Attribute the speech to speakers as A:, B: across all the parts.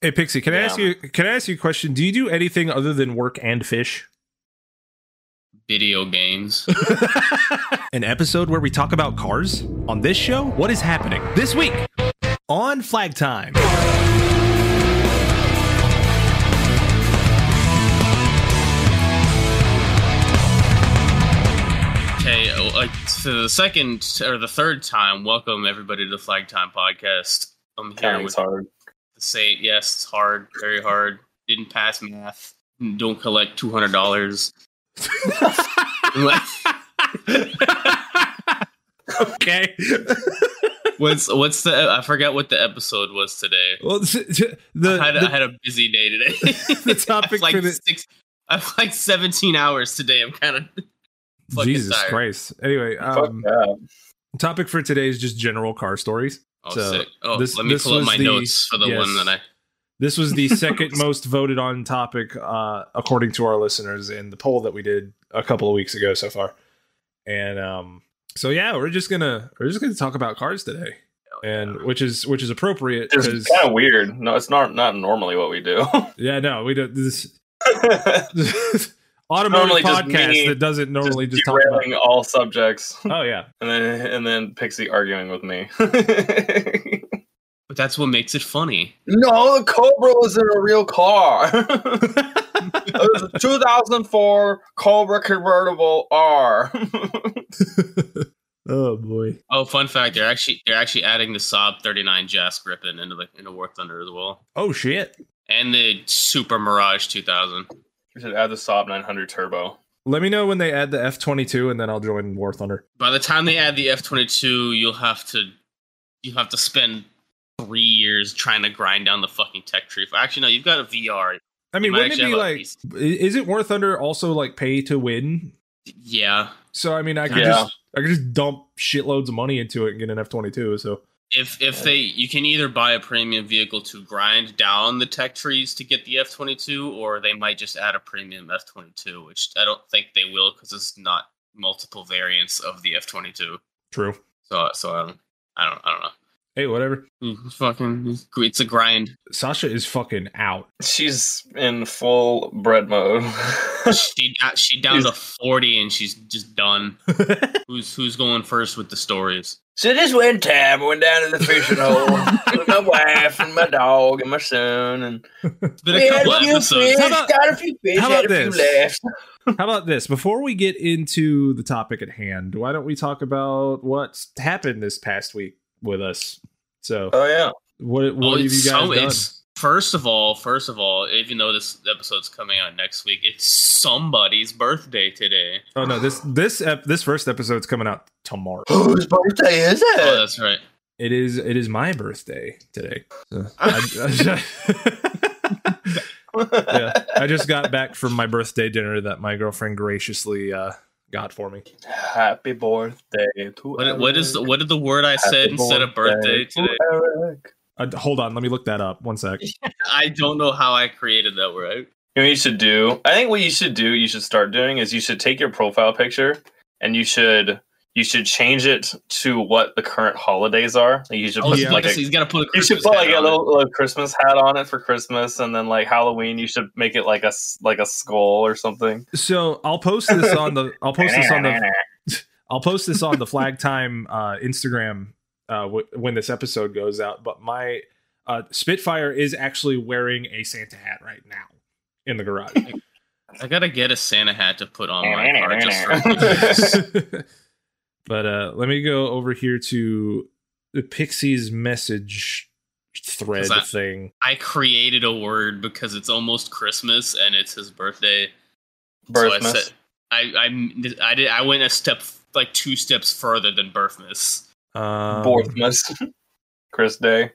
A: Hey Pixie, can I ask
B: Yeah.
A: you? Can I ask you a question? Do you do anything other than work and fish?
B: Video games.
A: An episode where we talk about cars on this show. What is happening this week on Flag Time?
B: Okay, uh, like for the second or the third time, welcome everybody to the Flag Time podcast. I'm here
C: Counting's
B: with
C: hard.
B: the saint. Yes, it's hard, very hard. Didn't pass math. Don't collect two hundred dollars.
A: okay.
B: what's what's the? I forgot what the episode was today.
A: Well, s- s- the
B: I, had, I
A: the,
B: had a busy day today.
A: the topic
B: I've like
A: for the
B: six. I've like seventeen hours today. I'm kind of fucking
A: Jesus
B: tired.
A: Christ. Anyway,
C: Fuck
A: um,
C: that.
A: topic for today is just general car stories.
B: oh
A: So,
B: sick. Oh,
A: this-
B: let me
A: this
B: pull up
A: was
B: my
A: the-
B: notes for the
A: yes.
B: one that I.
A: This was the second most voted on topic, uh, according to our listeners, in the poll that we did a couple of weeks ago so far. And um, so yeah, we're just gonna we're just gonna talk about cars today, and which is which is appropriate
C: It's
A: because
C: kind of weird. No, it's not not normally what we do.
A: yeah, no, we don't this
C: Normally
A: automotive
C: just
A: podcast
C: me
A: that doesn't normally just,
C: just
A: talk about.
C: derailing all subjects,
A: Oh yeah,
C: and then and then Pixie arguing with me.
B: But that's what makes it funny.
C: no, the Cobra isn't a real car. it was a 2004 Cobra convertible R.
A: oh boy.
B: Oh, fun fact! They're actually they're actually adding the Saab 39 Jazz Griffin into the into War Thunder as well,
A: Oh shit.
B: and the Super Mirage 2000.
C: we should add the Saab 900 turbo.
A: Let me know when they add the F twenty two, and then I'll join War Thunder.
B: By the time they add the F22, you'll have to you'll have to spend three years trying to grind down the fucking tech tree. Actually, no, you've got a VR.
A: I mean,
B: You might
A: wouldn't it
B: actually
A: be
B: have a
A: like?
B: piece.
A: i- Is it War Thunder also like pay to win?
B: Yeah,
A: So I mean, I could
C: Yeah.
A: just I could just dump shitloads of money into it and get an F twenty two. So
B: if if they you can either buy a premium vehicle to grind down the tech trees to get the F22 or they might just add a premium F22 which I don't think they will cuz it's not multiple variants of the F22
A: true.
B: so so I don't I don't I don't know
A: Hey, whatever.
B: Mm, fucking it's a grind
A: Sasha is fucking out.
C: She's in full bread mode.
B: she got she down to 40 and she's just done who's who's going first with the stories
C: So this one time, I went down to the fishing hole with my wife and my dog and my son, and
B: it's been a couple episodes
A: How about-
C: got a few fish,
A: how
C: had
A: about
C: a few
A: this?
C: left.
A: How about this? Before we get into the topic at hand, why don't we talk about what's happened this past week with us? So
C: Oh yeah,
A: what what
B: Oh,
A: have
B: it's
A: you guys
B: so-
A: done?
B: it's- First of all, first of all, even though this episode's coming out next week, it's somebody's birthday today.
A: Oh no this this ep- this first episode's coming out tomorrow.
C: whose birthday is it?
B: Oh, that's right.
A: It is it is my birthday today. So I, I- yeah, I just got back from my birthday dinner that my girlfriend graciously uh, got for me.
C: Happy birthday to
B: What, what is the, what did the word I
C: Happy
B: said instead of birthday
C: to
B: today?
C: Eric.
A: Uh, hold on, let me look that up. One sec.
B: I don't know how I created that word.
C: You know what you should do? I think what you should do, you should start doing is you should take your profile picture and you should you should change it to what the current holidays are. Like, you should
B: Oh,
C: put
A: yeah.
C: like a,
B: he's got to put a
C: you should
B: Christmas
C: put like
B: hat
C: a
B: on
C: little, little Christmas hat on it for Christmas, and then like Halloween, you should make it like a s- like a skull or something.
A: So I'll post this on the I'll post this on the I'll post this on the Flag Time uh, Instagram uh, w- when this episode goes out. But my uh, Spitfire is actually wearing a Santa hat right now in the garage.
B: it. I gotta get a Santa hat to put on my car. Just for-
A: but uh, let me go over here to the Pixie's message thread
B: Is that-
A: thing.
B: I created a word because it's almost Christmas and it's his birthday.
C: Birthmas.
B: So I, said, I, I, I, did, I went a step, like two steps further than Birthmas.
A: Um,
C: Borthmas. Chris Day.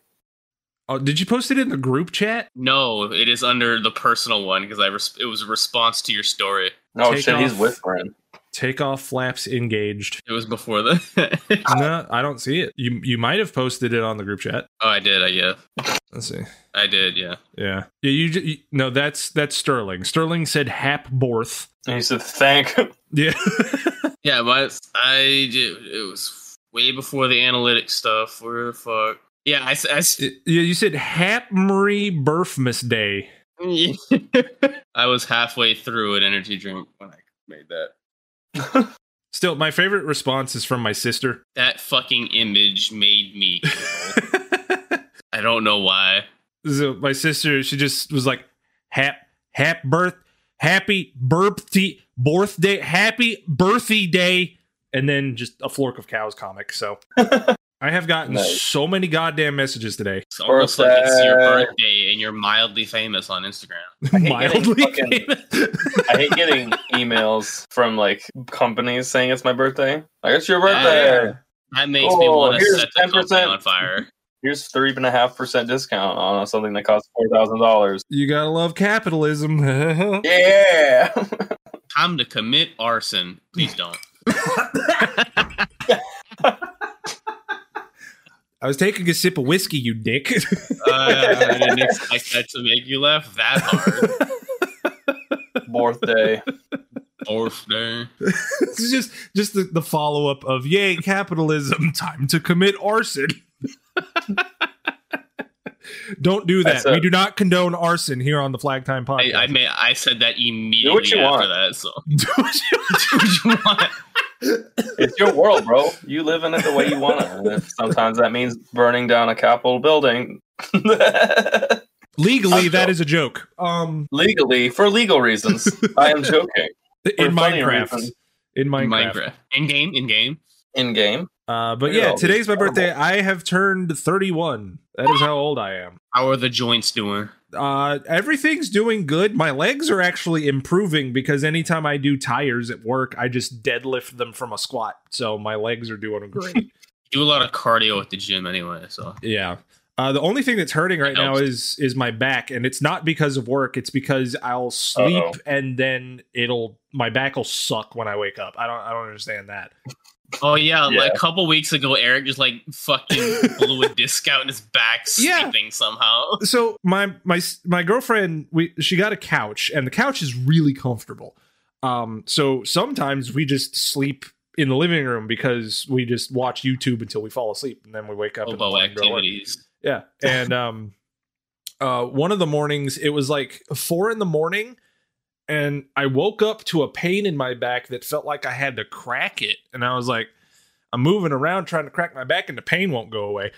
A: oh, did you post it in the group chat?
B: No, it is under the personal one because I res- it was a response to your story.
C: Oh
A: Take
C: shit, he's
A: off.
C: whispering.
A: Take off flaps engaged.
B: It was before the.
A: No, I don't see it. You you might have posted it on the group chat.
B: oh, I did. I yeah,
A: Let's see.
B: I did. Yeah.
A: Yeah, yeah. You, ju- you no, that's that's Sterling. Sterling said Hap Borth.
C: And he said, "Thank."
A: Yeah.
B: Yeah, but I did. It was way before the analytics stuff. Where the fuck? Yeah, I, s- I s-
A: Y- Yeah, you said Hapmery Birthmas Day.
B: I was halfway through an energy drink when I made that.
A: Still, my favorite response is from my sister.
B: That fucking image made me. I don't know why.
A: so my sister, she just was like, "Hap, hap birth, happy birthday, birthday, happy birthday day," and then just a flork of cows comic. So I have gotten
C: Nice.
A: so many goddamn messages today.
B: It's almost like it's your
C: Birthday.
B: birthday and you're mildly famous on Instagram.
C: getting
A: Mildly.
C: fucking-
A: famous.
C: I hate getting emails from like companies saying it's my birthday. Like it's your birthday.
A: Yeah.
B: That makes
C: Oh,
B: me want to
C: here's
B: set the
C: 10%.
B: company on fire.
C: Here's three and a half percent discount on something that costs four thousand dollars.
A: you gotta love capitalism.
C: Yeah.
B: Time to commit arson. Please don't.
A: I was taking a sip of whiskey, you dick.
B: Uh,
C: Oh,
B: I didn't expect that to make you laugh that hard.
C: birthday.
B: Birthday.
A: it's just just the, the follow up of yay capitalism time to commit arson. Don't do that.
C: That's a-
A: we do not condone arson here on the Flag Time
B: I,
A: podcast.
B: I, may, I said that immediately
C: you
B: after
C: want.
B: that. So
A: Do what you-
B: do what you want.
C: It's your world, bro. You live in it the way you want to. And if sometimes that means burning down a Capitol building.
A: Legally, that
C: I'm joking.
A: is a joke. Um,
C: Legally, for legal reasons. I am joking.
A: in
C: funny
A: Minecraft,
C: reasons.
A: in Minecraft,
B: Minecraft. In game, in game.
C: In game.
A: Uh, but
C: Look at
A: yeah,
C: all these
A: today's my birthday.
C: animals.
A: I have turned thirty-one. That is how old I am.
B: How are the joints doing?
A: uh everything's doing good my legs are actually improving because anytime i do tires at work i just deadlift them from a squat so my legs are doing great
B: do a lot of cardio at the gym anyway, so
A: yeah uh the only thing that's hurting right
B: It
A: now
B: helps.
A: is is my back and it's not because of work it's because i'll sleep
C: Uh-oh.
A: and then it'll my back will suck when i wake up i don't i don't understand that
B: Oh yeah,
C: Yeah.
B: like a couple weeks ago, Eric just like fucking blew a disc out in his back
A: Yeah.
B: sleeping somehow.
A: so my my my girlfriend we she got a couch and the couch is really comfortable um so sometimes we just sleep in the living room because we just watch youtube until we fall asleep and then we wake up in the
B: Hobo
A: morning and go to work.
B: activities.
A: yeah and um uh one of the mornings it was like four in the morning and i woke up to a pain in my back that felt like i had to crack it and i was like i'm moving around trying to crack my back and the pain won't go away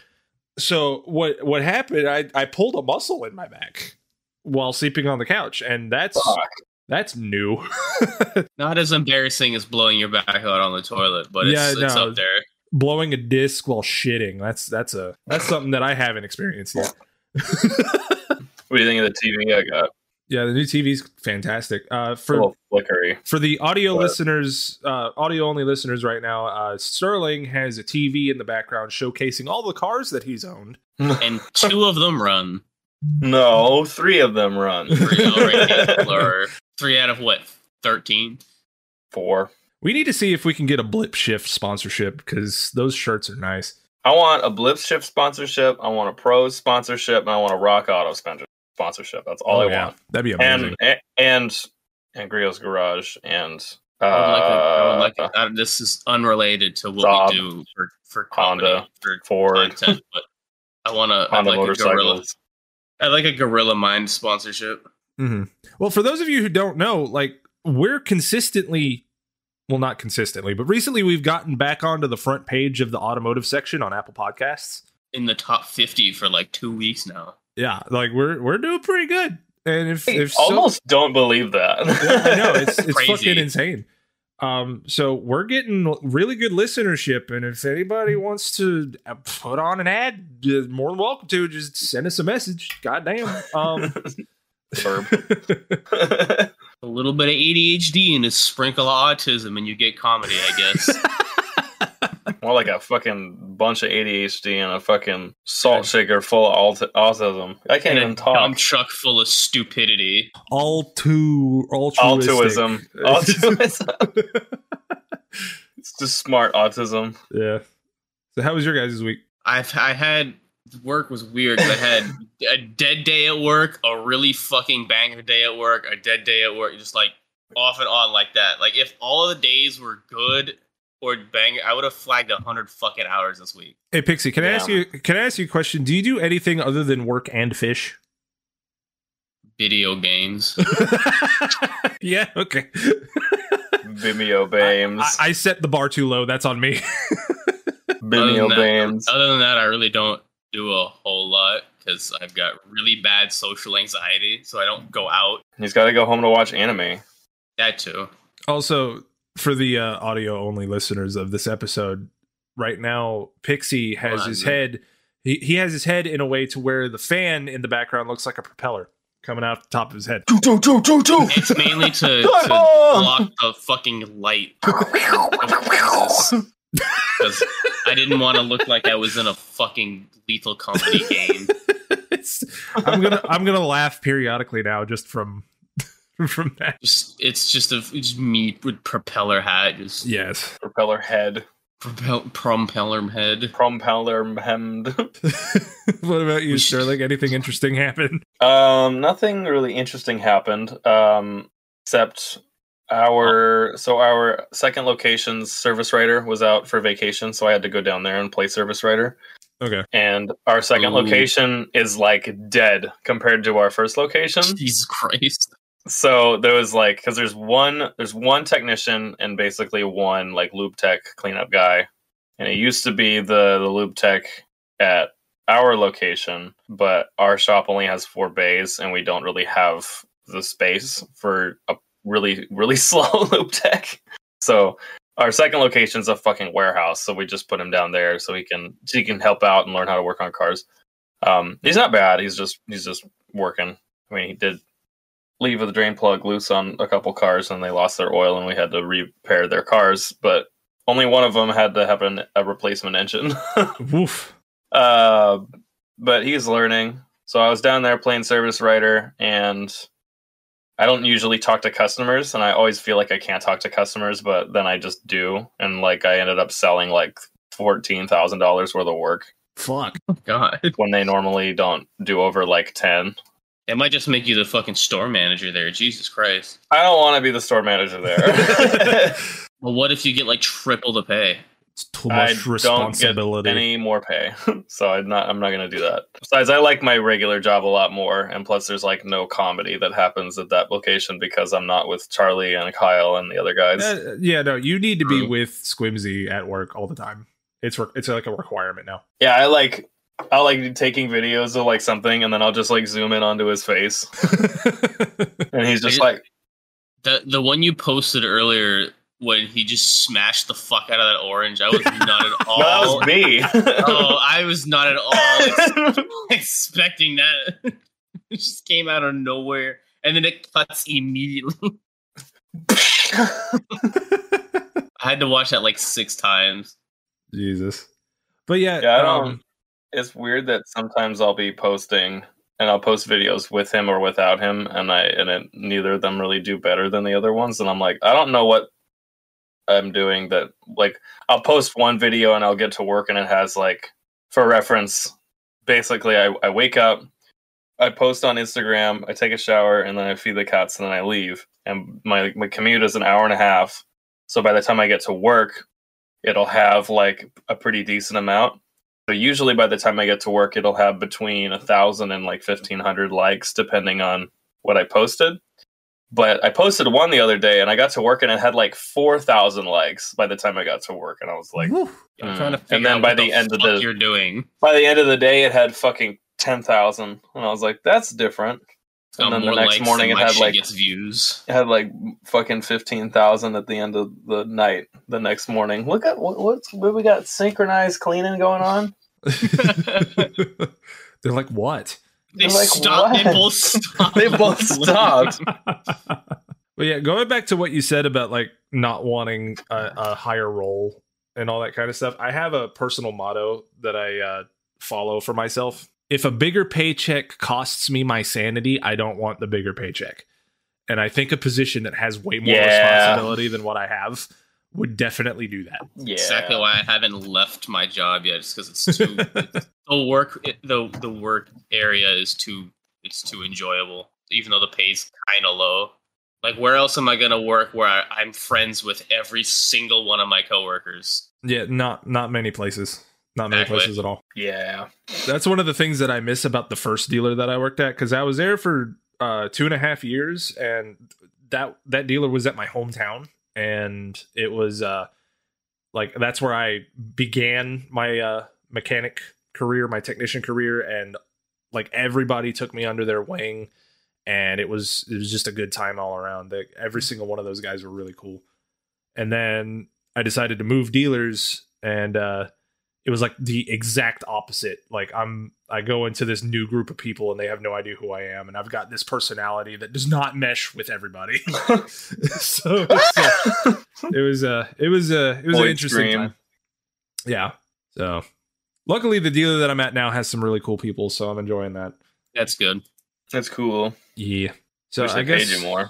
A: so what what happened i i pulled a muscle in my back while sleeping on the couch and that's
C: Fuck.
A: that's new
B: Not as embarrassing as blowing your back out on the toilet, but it's,
A: Yeah,
B: it's
A: no.
B: up there.
A: blowing a disc while shitting that's that's a that's something that i haven't experienced yet
C: What do you think of the TV I got?
A: yeah the new tv's fantastic uh
C: For, a
A: for
C: little flickery.
A: for the audio
C: But-
A: listeners, uh, audio only listeners right now, uh, Sterling has a TV in the background showcasing all the cars that he's owned.
B: And two of them run.
C: No, three of them run.
B: Three already, or three out of what? Thirteen?
C: Four.
A: We need to see if we can get a blip shift sponsorship because those shirts are nice.
C: I want a Blip Shift sponsorship. I want a Pros sponsorship, and I want a Rock Auto sponsor- sponsorship. That's all I want.
A: that'd be Oh, amazing.
C: And and and and Griot's Garage and uh,
B: I would like it. I would like it. Uh, this is unrelated to what
C: Saab.
B: we do for for company,
C: Honda.
B: for
C: Ford
B: content, but I want to. I'd
C: Honda
B: like a gorilla.
C: motorcycles.
B: I like a gorilla mind sponsorship.
A: Mhm. Well, for those of you who don't know, like we're consistently, well, not consistently, but recently we've gotten back onto the front page of the automotive section on Apple Podcasts.
B: in the top 50 for like two weeks now.
A: Yeah, like we're we're doing pretty good. And if
C: I
A: if so-
C: almost don't believe that.
A: Yeah, I know it's it's
B: Crazy.
A: fucking insane. Um, so we're getting really good listenership, and if anybody wants to uh, put on an ad, you're more than welcome to. Just send us a message. Goddamn. Um,
C: Verb.
B: A little bit of ADHD and a sprinkle of autism, and you get comedy, I guess.
C: More like a fucking bunch of ADHD and a fucking salt shaker full of alt- autism. I can't
B: and a
C: even
B: dump
C: talk.
B: truck full of stupidity.
A: all too altruistic.
C: Altruism. Altruism. it's just smart autism.
A: yeah. So how was your guys' week?
B: I've I had work was weird. 'cause I had a dead day at work, a really fucking banger day at work, a dead day at work, just like off and on like that. Like if all of the days were good, or bang. I would have flagged a hundred fucking hours this week.
A: Hey Pixie, can I ask
C: Yeah.
A: you? Can I ask you a question? Do you do anything other than work and fish?
B: Video games.
A: yeah. Okay.
C: Vimeo
A: I,
C: Bames.
A: I set the bar too low. That's on me.
B: Other than
C: Vimeo
B: that-
C: Bames.
B: Other than that, I really don't do a whole lot because I've got really bad social anxiety, so I don't go out.
C: He's got to go home to watch anime.
B: That too.
A: also, for the uh, audio only listeners of this episode, right now Pixie has
B: Hold on,
A: his
B: man.
A: head. He, he has his head in a way to where the fan in the background looks like a propeller coming out the top of his head.
C: Choo, choo, choo, choo, choo.
B: It's mainly to, to
C: Diamond!
B: block the fucking light because I didn't want to look like I was in a fucking Lethal Company game.
A: It's- I'm gonna I'm gonna laugh periodically now just from from that.
B: Just it's just a just me with propeller hat, just
A: Yes.
C: Propeller head.
B: propel, propeller head.
C: Propeller hemmed.
A: what about you,
B: We should-
A: Sterling? Anything interesting happen?
C: Um, nothing really interesting happened. Um, except our so our second location's service writer was out for vacation, so I had to go down there and play service writer.
A: Okay.
C: And our second
B: Ooh.
C: location is like dead compared to our first location.
B: Jesus Christ!
C: so there was like because there's one there's one technician and basically one like loop tech cleanup guy and it used to be the the loop tech at our location but our shop only has four bays and we don't really have the space for a really really slow loop tech so our second location's a fucking warehouse so we just put him down there so he can so he can help out and learn how to work on cars um he's not bad he's just he's just working i mean he did leave the drain plug loose on a couple cars and they lost their oil and we had to repair their cars but only one of them had to have an, a replacement engine
A: Woof.
C: uh, but he's learning so i was down there playing service writer and i don't usually talk to customers and i always feel like i can't talk to customers but then i just do and like i ended up selling like $14000 worth of work
A: Fuck.
B: God,
C: when they normally don't do over like 10
B: it might just make you the fucking store manager there. Jesus Christ!
C: i don't want to be the store manager there
B: Well, what if you get like triple the pay?
A: It's too much
C: I don't get
A: responsibility.
C: any more pay. so I'm not I'm not gonna do that. Besides, I like my regular job a lot more, and plus there's like no comedy that happens at that location because I'm not with Charlie and Kyle and the other guys.
A: Uh, yeah, no, you need to be
B: True.
A: with Squimsy at work all the time. It's re- it's like a requirement now.
C: yeah, I like I like taking videos of like something and then I'll just like zoom in onto his face. And he's just
B: I-
C: like
B: The the one you posted earlier when he just smashed the fuck out of that orange, I was not at all.
C: no, that was me.
B: Oh, I was not at all ex- expecting that. it just came out of nowhere, and then it cuts immediately. I had to watch that like six times.
A: Jesus. But yeah,
C: Yeah, I don't-
A: um,
C: it's weird that sometimes I'll be posting and I'll post videos with him or without him, and I and it, neither of them really do better than the other ones. And I'm like, I don't know what I'm doing. That like I'll post one video and I'll get to work, and it has like for reference. Basically, I, I wake up, I post on Instagram, I take a shower, and then I feed the cats, and then I leave. And my my commute is an hour and a half, so by the time I get to work, it'll have like a pretty decent amount. So usually by the time I get to work, it'll have between a thousand and like fifteen hundred likes, depending on what I posted. But I posted one the other day, and I got to work, and it had like four thousand likes by the time I got to work, and I was like,
A: woof.
B: I'm
C: Mm.
B: trying to
C: And
B: figure
C: then
B: out
C: by
B: what
C: the end of
B: fuck
C: the-
B: you're doing.
C: by the end of the day, it had fucking ten thousand, and I was like, that's different.
B: Got
C: And then
B: more
C: the next
B: likes
C: morning,
B: than
C: it
B: my
C: had
B: shit
C: like
B: gets views.
C: it had like fucking fifteen thousand at the end of the night. The next morning, look at what what's what we got synchronized cleaning going on.
A: They're like, what?
B: They
C: I'm like,
B: stopped. They
C: what?
B: both stopped.
C: They both stopped.
A: but yeah, going back to what you said about like not wanting a, a higher role and all that kind of stuff, I have a personal motto that I uh, follow for myself. If a bigger paycheck costs me my sanity, I don't want the bigger paycheck. And I think a position that has way more
C: Yeah.
A: responsibility than what I have would definitely do that.
C: Yeah,
B: Exactly why I haven't left my job yet, just because it's too the work it- the the work area is too it's too enjoyable, even though the pay's kind of low. Like, where else am I going to work where I, I'm friends with every single one of my coworkers?
A: Yeah, not not many places. Not many
B: Exactly.
A: places at all.
C: Yeah.
A: That's one of the things that I miss about the first dealer that I worked at because I was there for uh, two and a half years, and that that dealer was at my hometown, and it was uh, like that's where I began my uh, mechanic career, my technician career, and like everybody took me under their wing, and it was it was just a good time all around. Like, every single one of those guys were really cool, and then I decided to move dealers and. uh it was like the exact opposite like i'm i go into this new group of people and they have no idea who i am and i've got this personality that does not mesh with everybody so it's, uh, it was uh it was uh it was an
C: Boy,
A: interesting
C: dream.
A: time yeah so luckily the dealer that i'm at now has some really cool people so i'm enjoying that
B: That's good.
C: That's cool.
A: yeah so
C: Wish
A: i
C: they
A: guess
C: paid you more.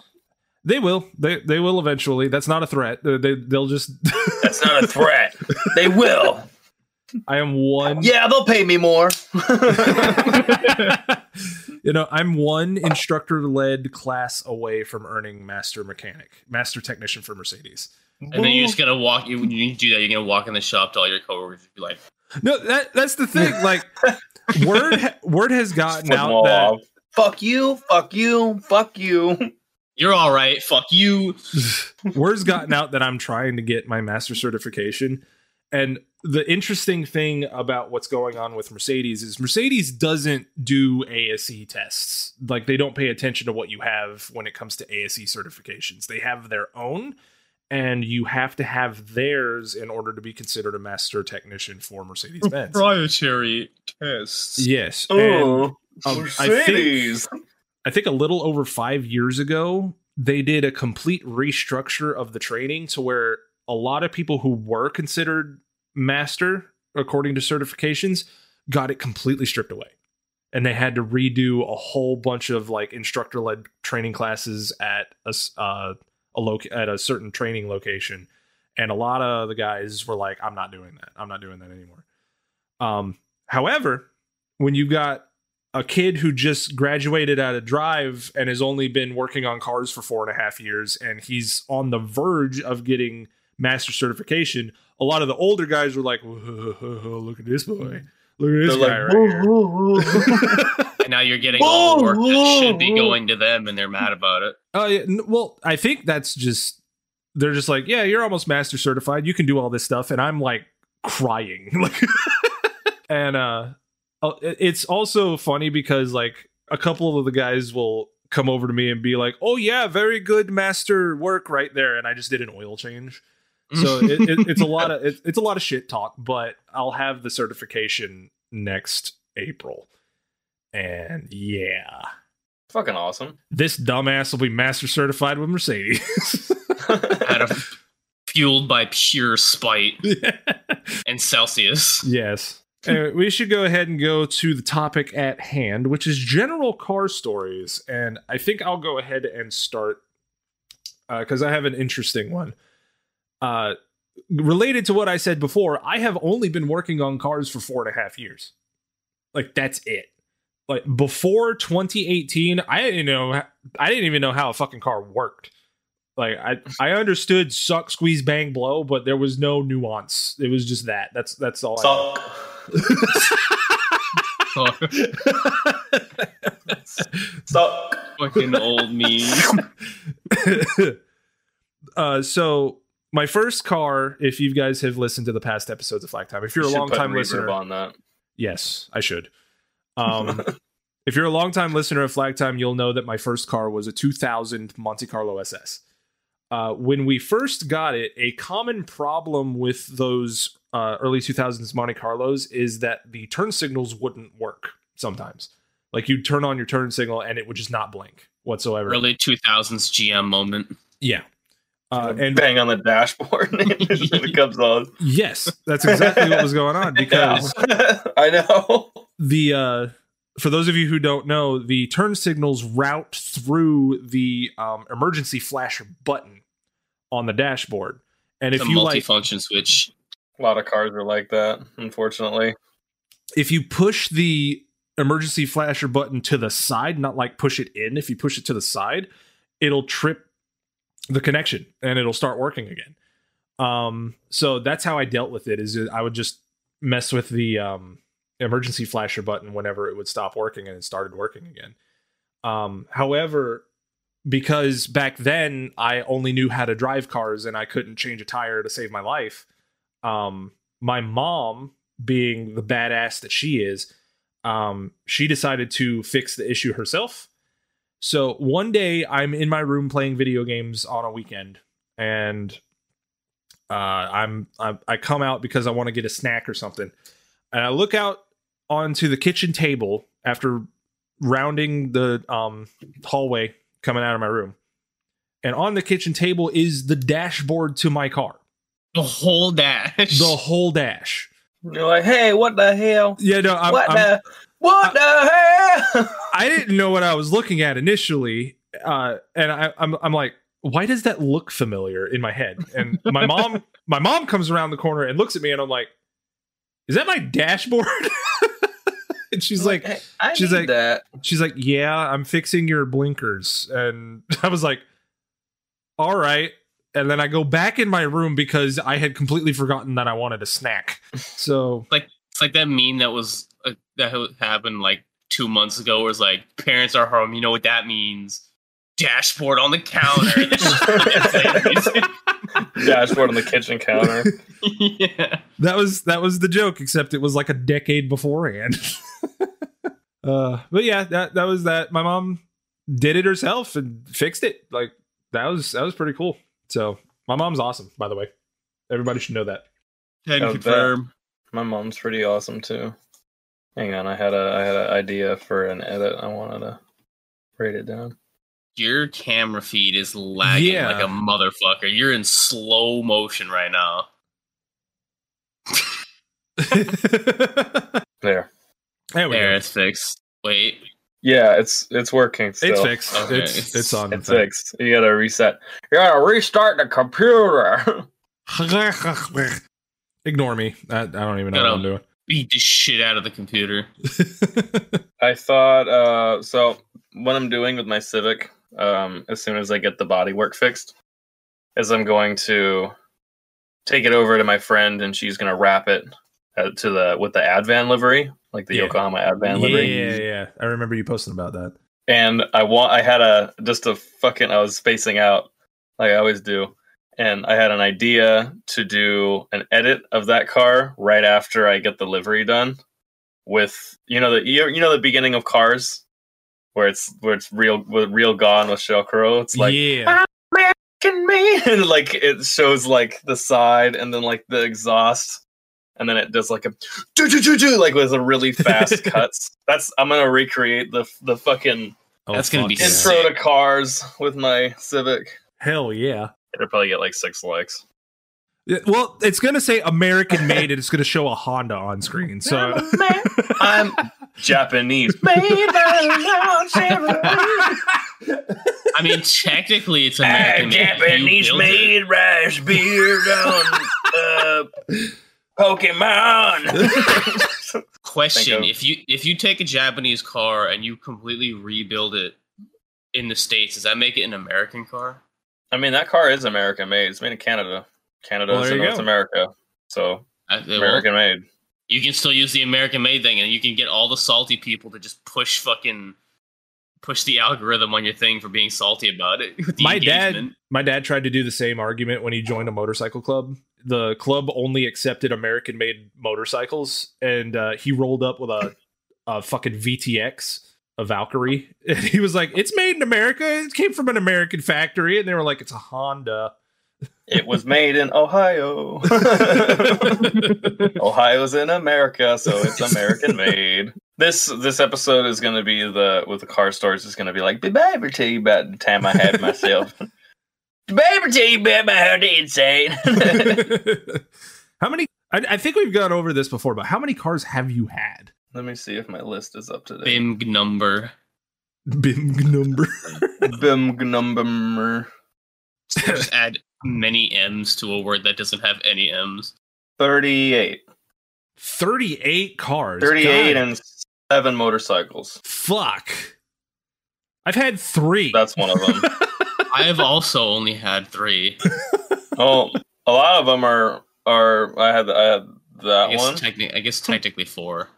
A: they will they they will eventually that's not a threat they, they they'll just
C: That's not a threat. they will.
A: i am one
C: Yeah, they'll pay me more.
A: you know, I'm one instructor led class away from earning master mechanic, master technician for Mercedes.
B: And then you're just gonna walk. You, when you do that, you're gonna walk in the shop to all your coworkers. and Be like,
A: No, that that's the thing. Like word ha- word has gotten
C: Flip 'em
A: out
C: all
A: that
C: off. Fuck you, fuck you, fuck you.
B: "You're all right. Fuck you."
A: word's gotten out that I'm trying to get my master certification. And the interesting thing about what's going on with Mercedes is Mercedes doesn't do ASE tests. Like they don't pay attention to what you have when it comes to ASE certifications. They have their own and you have to have theirs in order to be considered a master technician for Mercedes Benz.
B: Proprietary tests.
A: Yes. and- um,
C: Mercedes.
A: I think a little over five years ago, they did a complete restructure of the training to where a lot of people who were considered master according to certifications got it completely stripped away. And they had to redo a whole bunch of like instructor led training classes at a, s- uh, a loc- at a certain training location. And a lot of the guys were like, I'm not doing that. I'm not doing that anymore. Um, however, when you've got a kid who just graduated out of drive and has only been working on cars for four and a half years and he's on the verge of getting master certification a lot of the older guys were like "Whoa, look at this boy look at this guy
C: They're like,
A: right here."
B: And now you're getting all the work that should be
C: Whoa, whoa.
B: going to them, and they're mad about it.
A: Oh yeah. n- Well, I think that's just they're just like, yeah, you're almost master certified. You can do all this stuff, and I'm like crying. Like, and uh, oh, it- it's also funny because like a couple of the guys will come over to me and be like, oh yeah, very good master work right there, and I just did an oil change. So it, it, it's a lot of it, it's a lot of shit talk, but I'll have the certification next April, and yeah
C: Fucking awesome.
A: this dumbass will be master certified with Mercedes.
B: Out of fueled by pure spite and Celsius.
A: yes. Anyway, we should go ahead and go to the topic at hand, which is general car stories. And I think I'll go ahead and start because I have an interesting one. Uh, related to what I said before, I have only been working on cars for four and a half years. Like that's it. Like before 2018, I didn't know I didn't even know how a fucking car worked. Like I I understood suck, squeeze, bang, blow, but there was no nuance. It was just that. That's that's all. I
C: Suck. Suck.
B: Fucking old me.
A: uh, so my first car, if you guys have listened to the past episodes of Flag Time, if you're
C: You
A: a
C: should
A: long
C: put
A: time
C: reverb
A: listener,
C: on that.
A: yes, I should. Um, if you're a long time listener of Flag Time, you'll know that my first car was a 2000 Monte Carlo SS. Uh, when we first got it, a common problem with those uh, early 2000s Monte Carlos is that the turn signals wouldn't work sometimes. Like you'd turn on your turn signal and it would just not blink whatsoever.
B: Early 2000s GM moment.
A: Yeah. Uh,
C: and
A: and
C: bang on the dashboard and it comes on.
A: yes, that's exactly what was going on because
C: I know.
A: the uh, for those of you who don't know, the turn signals route through the um, emergency flash button on the dashboard, and
B: It's
A: if
B: a
A: you like,
B: multifunction switch.
C: A lot of cars are like that, unfortunately.
A: if you push the emergency flasher button to the side, not like push it in, if you push it to the side, it'll trip the connection and it'll start working again. Um, so that's how I dealt with it. Is that I would just mess with the um, emergency flasher button whenever it would stop working and it started working again. Um, however, because back then I only knew how to drive cars and I couldn't change a tire to save my life. Um, my mom, being the badass that she is, um, she decided to fix the issue herself. So one day I'm in my room playing video games on a weekend, and uh, I'm, i I come out because I want to get a snack or something, and I look out onto the kitchen table after rounding the um, hallway coming out of my room. And on the kitchen table is the dashboard to my car.
B: The whole dash.
A: The whole dash.
C: You're like, hey, what the hell?
A: Yeah, no, I'm,
C: what
A: I'm,
C: the what the hell?
A: I didn't know what I was looking at initially, uh, and I, I'm I'm like, why does that look familiar in my head? And my mom, my mom comes around the corner and looks at me, and I'm like, is that my dashboard? and she's like,
C: Hey, I
A: she's
C: need
A: like-
C: that.
A: She's like, "Yeah, I'm fixing your blinkers." And I was like, "All right." And then I go back in my room because I had completely forgotten that I wanted a snack. So,
B: It's like that meme that was uh, that ha- happened like two months ago. Where it's like parents are home. You know what that means? Dashboard on the counter.
C: Dashboard on the kitchen counter.
B: yeah.
A: that was that was the joke except it was like a decade beforehand. uh, but yeah, that that was that my mom did it herself and fixed it. Like that was that was pretty cool. So, my mom's awesome, by the way. Everybody should know that.
B: Can
C: Oh,
B: confirm.
C: My mom's pretty awesome too. Hang on, I had a I had an idea for an edit. I wanted to write it down.
B: Your camera feed is lagging
A: Yeah.
B: like a motherfucker. You're in slow motion right now.
C: There.
A: there we
B: There,
A: go.
B: it's fixed. Wait.
C: Yeah, it's it's working. Still.
A: It's fixed.
B: Okay.
A: It's it's on.
C: It's fixed. You gotta reset. You gotta restart the computer.
A: Ignore me. I, I don't even know
B: Got
A: what I'm doing.
B: Beat the shit out of the computer.
C: I thought uh so what I'm doing with my Civic, um, as soon as I get the body work fixed, is I'm going to take it over to my friend and she's gonna wrap it uh, to the with the Advan livery, like the
A: Yeah.
C: Yokohama
A: yeah,
C: Advan livery.
A: yeah, yeah. I remember you posting about that.
C: and I want I had a just a fucking I was spacing out like I always do and I had an idea to do an edit of that car right after I get the livery done with you know the you, you know the beginning of cars where it's where it's real with real gone with shell crow it's like
A: yeah,
C: "Fucking me and like it shows like the side and then like the exhaust and then it does like a do do do do like with a really fast cuts that's I'm gonna recreate the the fucking
A: Oh,
B: That's gonna
A: fuck
B: be
A: yeah.
B: sick.
C: intro to cars with my Civic.
A: Hell yeah.
C: It'll probably get like six likes.
A: Yeah, Well, it's gonna say American made, and it's gonna show a Honda on screen. So
C: I'm Japanese.
B: I mean, technically, it's American made. You built it.
C: rice beard on uh, Pokemon.
B: Question:
C: Think of-
B: If you if you take a Japanese car and you completely rebuild it in the states, does that make it an American car?
C: I mean, that car is American made. It's made in Canada. Canada
A: Well,
C: is
A: there
C: in
A: you
C: North
A: go.
C: America. So
B: I- it won't.
C: American made.
B: You can still use the American made thing, and you can get all the salty people to just push fucking push the algorithm on your thing for being salty about it. with the
A: my dad,
B: engagement.
A: my dad tried to do the same argument when he joined a motorcycle club. The club only accepted American made motorcycles, and uh, he rolled up with a, a fucking VTX, a Valkyrie. And he was like, "It's made in America. It came from an American factory." And they were like, "It's a Honda."
C: It was made in Ohio. Ohio's in America, so it's American made. This this episode is going to be the with the car stories. It's going to be like, did I ever tell you about the time I had myself? did I ever tell you about my Honda Insane?
A: how many? I, I think we've gone over this before, but how many cars have you had?
C: Let me see if my list is up to date.
B: Bim number.
A: Bim number.
C: Bim gnumber
B: Just add many M's to a word that doesn't have any M's.
C: thirty eight.
A: 38 cars.
C: Thirty eight
A: God,
C: and seven motorcycles.
A: fuck. I've had three.
C: That's one of them.
B: I have also only had three.
C: Oh, a lot of them are are. I had I had
B: I
C: that
B: guess,
C: one.
B: techni- I guess technically four.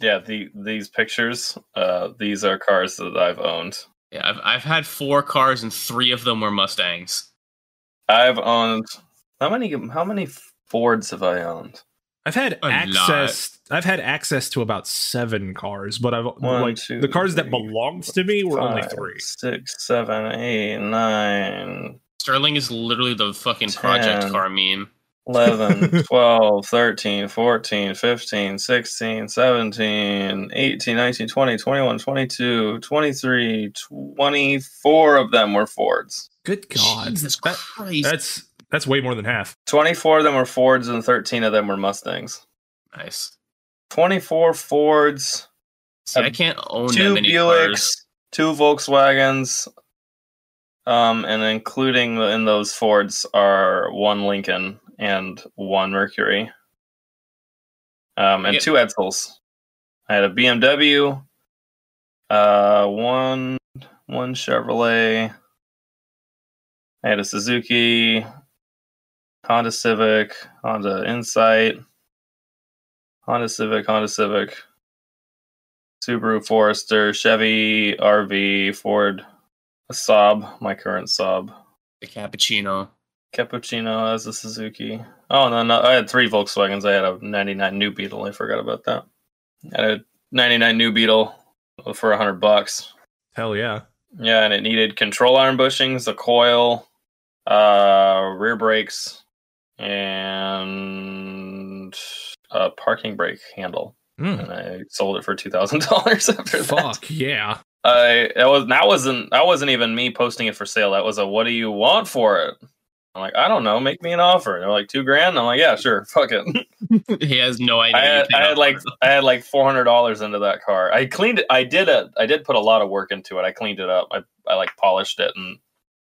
C: yeah, the these pictures. Uh, these are cars that I've owned.
B: Yeah, I've I've had four cars and three of them were Mustangs.
C: I've owned how many? How many Fords have I owned?
A: I've had
B: A lot.
A: access. I've had access to about seven cars, but I've
C: One,
A: like
C: two,
A: the cars that
C: three,
A: belonged to me were only
C: Five,
A: three.
C: six, seven, eight, nine,
B: Sterling is literally the fucking project
C: Ten.
B: car meme.
C: 11, 12, 13, 14, 15, 16, 17, 18, 19, 20, 21, 22, 23, 24 of them were Fords.
A: Good God,
B: Jesus
A: That-
B: Christ!
A: that's that's way more than half.
C: 24 of them were Fords and 13 of them were Mustangs.
B: nice.
C: 24 Fords,
B: See,
C: a-
B: I can't own that
C: two
B: many cars.
C: Buicks, two Volkswagens, um, and including in those Fords are one Lincoln and one Mercury, um, and
B: Yeah.
C: two Edsels. I had a BMW, uh, one one Chevrolet. I had a Suzuki, Honda Civic, Honda Insight, Honda Civic, Honda Civic, Subaru Forester, Chevy RV, Ford, a Saab, my current Saab,
B: The cappuccino.
C: Cappuccino as a Suzuki. Oh no, no, I had three Volkswagens. I had a '99 New Beetle. I forgot about that. I had a '99 New Beetle for a hundred bucks.
A: Hell yeah.
C: Yeah, and it needed control arm bushings, a coil, uh, rear brakes, and a parking brake handle.
A: Mm.
C: And I sold it for two thousand dollars after that.
A: Fuck yeah.
C: I that was that wasn't that wasn't even me posting it for sale. That was a what do you want for it? I'm like, I don't know, make me an offer. And they're like two grand. I'm like, yeah, sure, fuck it.
B: he has no idea.
C: I
B: you
C: had, I
B: cannot
C: had like
B: afford
C: I had like four hundred dollars into that car. I cleaned it. I did a I did put a lot of work into it. I cleaned it up. I, I like polished it and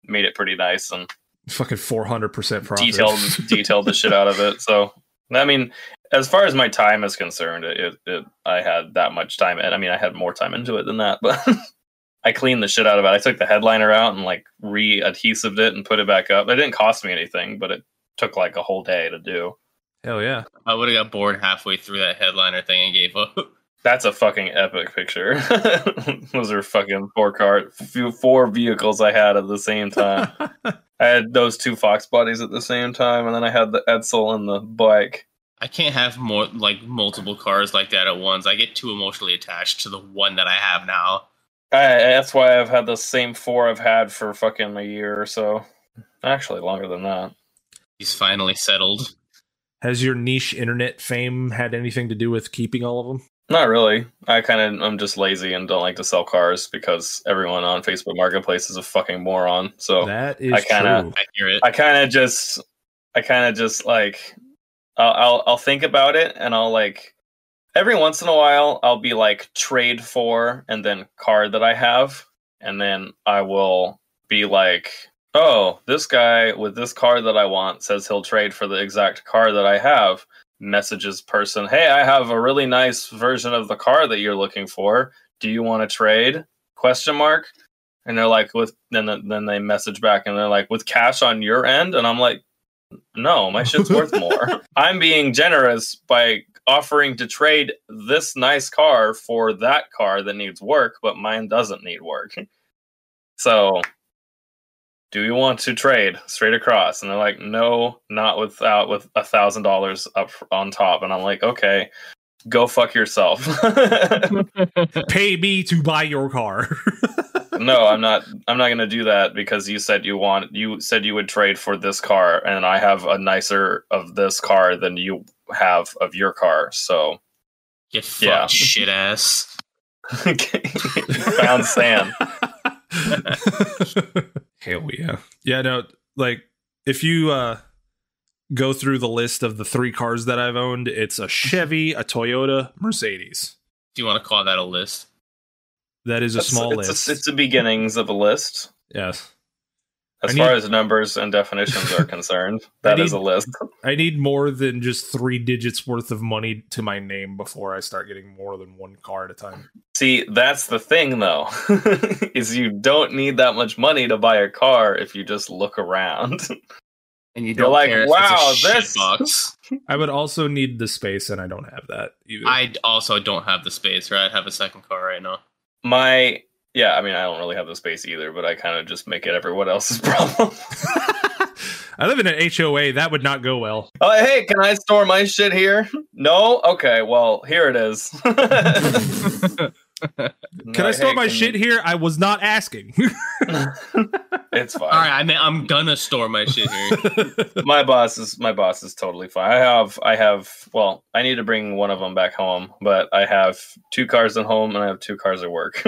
C: made it pretty nice and
A: Fucking four hundred percent profit.
C: detailed detailed the shit out of it. So I mean, as far as my time is concerned, it, it, it I had that much time, and I mean, I had more time into it than that, but. I cleaned the shit out of it. I took the headliner out and like re-adhesived it and put it back up. It didn't cost me anything, but it took like a whole day to do.
A: Hell yeah.
B: it. I would have got bored halfway through that headliner thing and gave up.
C: That's a fucking epic picture. those are fucking four car, few- four vehicles I had at the same time. I had those two Fox bodies at the same time, and then I had the Edsel and the bike.
B: I can't have more like multiple cars like that at once. I get too emotionally attached to the one that I have now.
C: I, that's why I've had the same four I've had for fucking a year or so. Actually, longer than that.
B: He's finally settled.
A: Has your niche internet fame had anything to do with keeping all of them?
C: Not really. I kind of I'm just lazy and don't like to sell cars because everyone on Facebook Marketplace is a fucking moron. So
A: that is
C: Oh, I kinda-
A: true.
B: I hear it.
C: I kind of just, I kind of just like, I'll, I'll I'll think about it and I'll like, every once in a while I'll be like trade for and then card that I have and then I will be like, oh, this guy with this card that I want says he'll trade for the exact car that I have. Messages person, hey, I have a really nice version of the car that you're looking for. Do you want to trade? Question mark and they're like with then then they message back and they're like with cash on your end and i'm like no my shit's worth more i'm being generous by offering to trade this nice car for that car that needs work but mine doesn't need work so do you want to trade straight across and they're like no not without with a thousand dollars up on top and i'm like okay go fuck yourself
A: Pay me to buy your car.
C: no, I'm not. I'm not going to do that because you said you want. You said you would trade for this car, and I have a nicer of this car than you have of your car. So
B: Get fucked,
C: Yeah.
B: shit ass.
C: found Sam.
A: Hell yeah. Yeah, no, like if you uh go through the list of the three cars that I've owned, it's a Chevy, a Toyota, Mercedes.
B: Do you want to call that a list?
A: That is a
C: That's-
A: small
C: it's,
A: list.
C: it's the beginnings of a list.
A: yes.
C: As
A: I
C: far
A: need-
C: as numbers and definitions are concerned,
A: I
C: that is
A: need-
C: a list.
A: I need more than just three digits worth of money to my name before I start getting more than one car at a time.
C: See, that's the thing though, is you don't need that much money to buy a car if you just look around.
B: And
C: You're
B: you don't
C: like,
B: care if
C: "Wow,
B: it's a shit
C: this-
B: box.
A: I would also need the space, and I don't have that either.
B: I also don't have the space, right? I have a second car right now.
C: My yeah, I mean I don't really have the space either, but I kind of just make it everyone else's problem.
A: I live in an HOA. That would not go well.
C: oh hey, can I store my shit here? No? Okay, well here it is.
A: Can I store my shit here? I was not asking.
C: It's fine.
B: All right, I mean, I'm gonna store my shit here.
C: my boss is my boss is totally fine. I have I have well, I need to bring one of them back home, but I have two cars at home and I have two cars at work.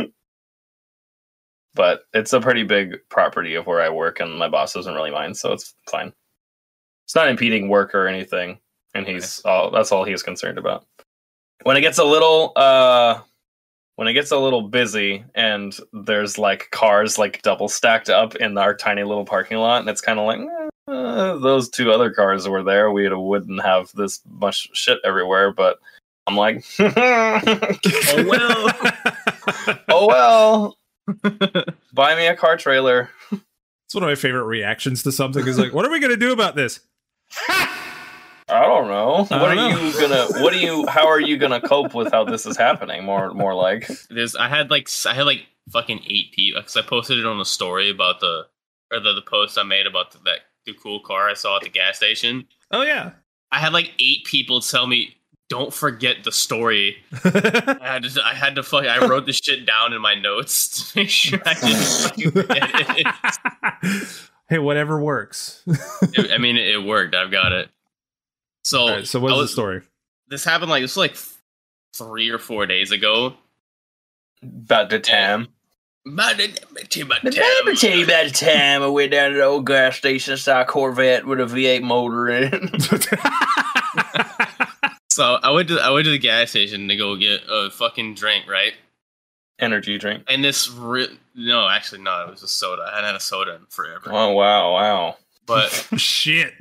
C: but it's a pretty big property of where I work and my boss doesn't really mind, so it's fine. It's not impeding work or anything, and he's all that's all he's concerned about. When it gets a little uh when it gets a little busy and there's like cars like double stacked up in our tiny little parking lot, and it's kind of like "Eh, those two other cars were there, we wouldn't have this much shit everywhere. But I'm like,
B: Oh, well.
A: That's
C: oh well, buy me a car trailer.
A: one of my favorite reactions to something is like, what are we going to do about this?
C: I don't know.
A: I
C: what are
A: don't know.
C: you gonna? What are you? How are you gonna cope with how this is happening? More, more like
B: There's, I had like, s- I had like fucking eight people because I posted it on a story about the, or the, the post I made about the, that the cool car I saw at the gas station.
A: Oh, yeah.
B: I had like eight people tell me, "Don't forget the story." I had to, I had to fuck. I wrote this shit down in my notes to make sure I didn't fucking forget it.
A: hey, whatever works.
B: Oh, It- I mean, it worked. I've got it. So,
A: All right, so what's
B: I
A: the
B: was-
A: story?
B: This happened like this was like three or four days ago.
C: about the time.
B: My name is Tim
C: Remember
B: Tam.
C: tell you about the time I went down to the old gas station, saw a Corvette with a V8 motor in it.
B: So I went to I went to the gas station to go get a fucking drink, right?
C: Energy drink.
B: And this re- no, actually no, it was a soda. I hadn't had a soda in forever.
C: Oh wow, wow.
B: But
A: Shit.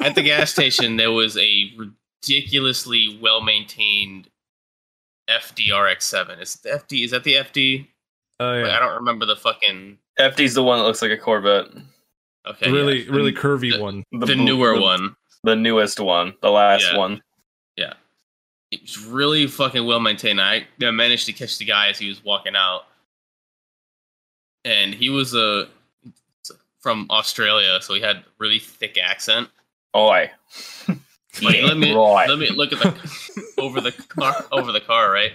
B: at the gas station, there was a ridiculously well maintained FDRX7. Is the FD? Is that the FD?
A: Oh,
B: Like, I
A: yeah.
B: don't remember the fucking.
C: FD's the one that looks like a Corvette.
B: Okay,
A: Really,
B: yeah.
A: really
B: the,
A: curvy one.
B: the,
C: blue-
B: newer
C: the-
B: one.
C: The newest one. The last
B: Yeah.
C: one.
B: It's really fucking well maintained. I, I managed to catch the guy as he was walking out, and he was a from Australia, so he had really thick accent.
C: Oi.
B: Like,
C: Yeah,
B: let me
C: right.
B: let me look at the over the car over the car. Right,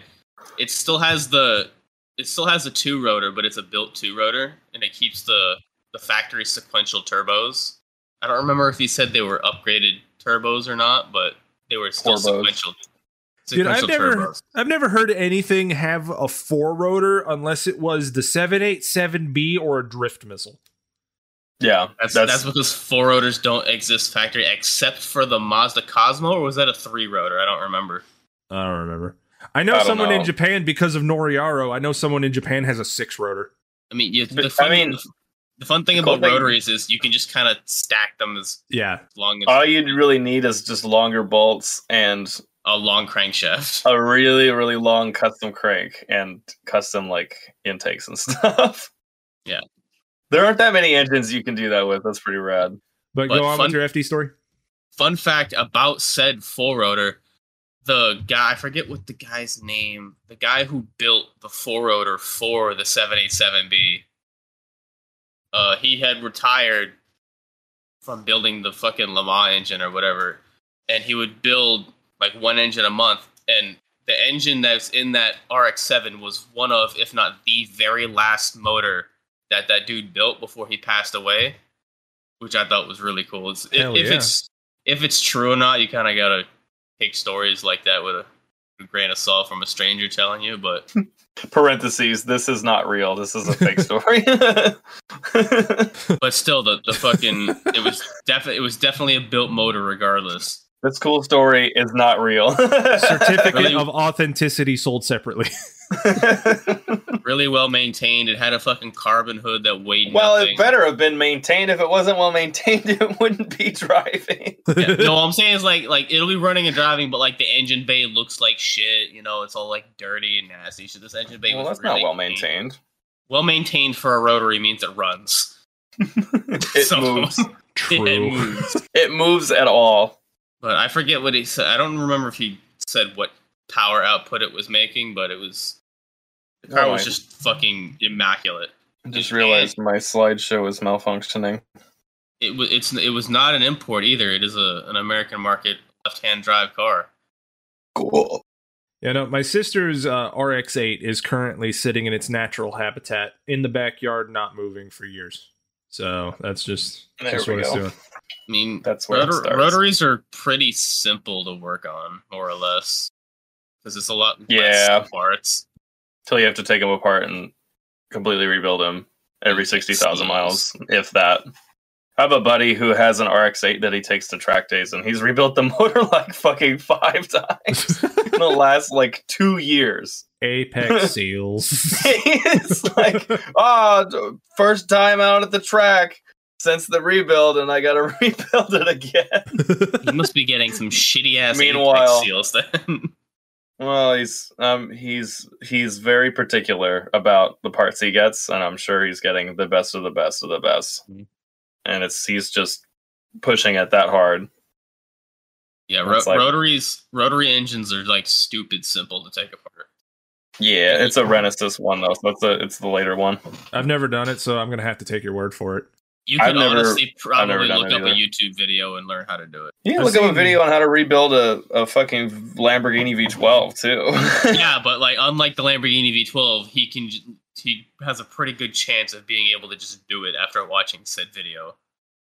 B: it still has the it still has a two rotor, but it's a built two rotor, and it keeps the the factory sequential turbos. I don't remember if he said they were upgraded turbos or not, but they were still
C: Turbos.
B: sequential.
A: Dude, I've
B: sequential
A: never-
B: turbos.
A: I've never heard anything have a four rotor unless it was the 787B or a drift missile.
C: Yeah.
B: That's, that's, because four rotors don't exist factory except for the Mazda Cosmo, or was that a three rotor? I don't remember.
A: I don't remember. I
C: I
A: know
C: don't
A: someone in
C: know.
A: Japan because of Noriaro. I know someone in Japan has a six rotor.
B: I mean, you,
C: But, I
B: the fun,
C: mean,
B: the, the fun thing
C: the cool
B: about
C: thing-
B: rotaries is you can just kind of stack them as
A: Yeah.
B: long as
C: all you really need is just longer bolts and
B: a long crankshaft.
C: a really, really long custom crank and custom like intakes and stuff.
B: Yeah.
C: There aren't that many engines you can do that with. That's pretty rad.
A: But,
B: But
A: go on
B: fun-
A: with your FD story.
B: Fun fact about said four rotor: the guy I forget what the guy's name, the guy who built the four rotor for the seven eight seven B. Uh, he had retired from building the fucking Lama engine or whatever, and he would build like one engine a month. And the engine that's in that RX-7 was one of, if not the very last motor that that dude built before he passed away, which I thought was really cool. It's, if,
A: Hell
B: if
A: yeah.
B: it's if it's true or not, you kind of gotta take stories like that with a grain of salt from a stranger telling you. But
C: Parentheses, this is not real. This is a fake story.
B: but still, the the fucking it was definitely it was definitely a built motor regardless.
C: This cool story is not real.
A: Certificate
B: Really?
A: of authenticity sold separately.
B: Really well maintained. It had a fucking carbon hood that weighed
C: well,
B: nothing.
C: it better have been maintained. If it wasn't well maintained, it wouldn't be driving.
B: Yeah, no, what I'm saying is like like it'll be running and driving, but like the engine bay looks like shit. You know, it's all like dirty and nasty. So this engine bay
C: well,
B: was
C: that's
B: really
C: not well maintained.
B: Well maintained for a rotary means it runs.
C: It
B: So-
C: moves.
B: it
A: True.
B: moves.
C: It moves at all.
B: But I forget what he said. I don't remember if he said what power output it was making, but it was the car
C: Oh,
B: was
C: I-
B: just fucking immaculate.
C: I just realized my slideshow is malfunctioning.
B: It was it's it was not an import either. It is a an American market left hand drive car.
C: Cool.
A: Yeah, no, my sister's uh, RX8 is currently sitting in its natural habitat in the backyard, not moving for years. So that's just,
C: There
A: just
C: we
A: what it's
C: go.
A: doing.
B: I mean,
C: That's where it
B: Rotor-
C: starts.
B: rotaries are pretty simple to work on, more or less, because it's a lot
C: Yeah.
B: less parts.
C: Till you have to take them apart and completely rebuild them every 60,000 miles, if that. I have a buddy who has an RX-8 that he takes to track days, and he's rebuilt the motor like fucking five times in the last like two years.
A: Apex seals.
C: it's like, ah, d- first time out at the track since the rebuild, and I got to rebuild it again.
B: You must be getting some shitty ass
C: Meanwhile-
B: seals then.
C: Well, he's um he's he's very particular about the parts he gets, and I'm sure he's getting the best of the best of the best.
A: Mm-hmm.
B: Mhm.
C: And it's he's just pushing it that hard.
B: yeah, ro-
C: That's like-
B: rotaries, rotary engines are like stupid simple to take apart.
C: Yeah, it's a Renesis one though, so it's a it's the later one.
A: I've never done it, so I'm going to have to take your word for it.
B: You
C: I've
B: could
C: never-
B: honestly
C: never
B: probably
C: done
B: look
C: it
B: up a
C: either.
B: YouTube video and learn how to do it.
C: You can
A: I've
C: look up a
A: seen-
C: video on how to rebuild a, a fucking Lamborghini V12 too.
B: yeah, but like unlike the Lamborghini V12, he can j- he has a pretty good chance of being able to just do it after watching said video.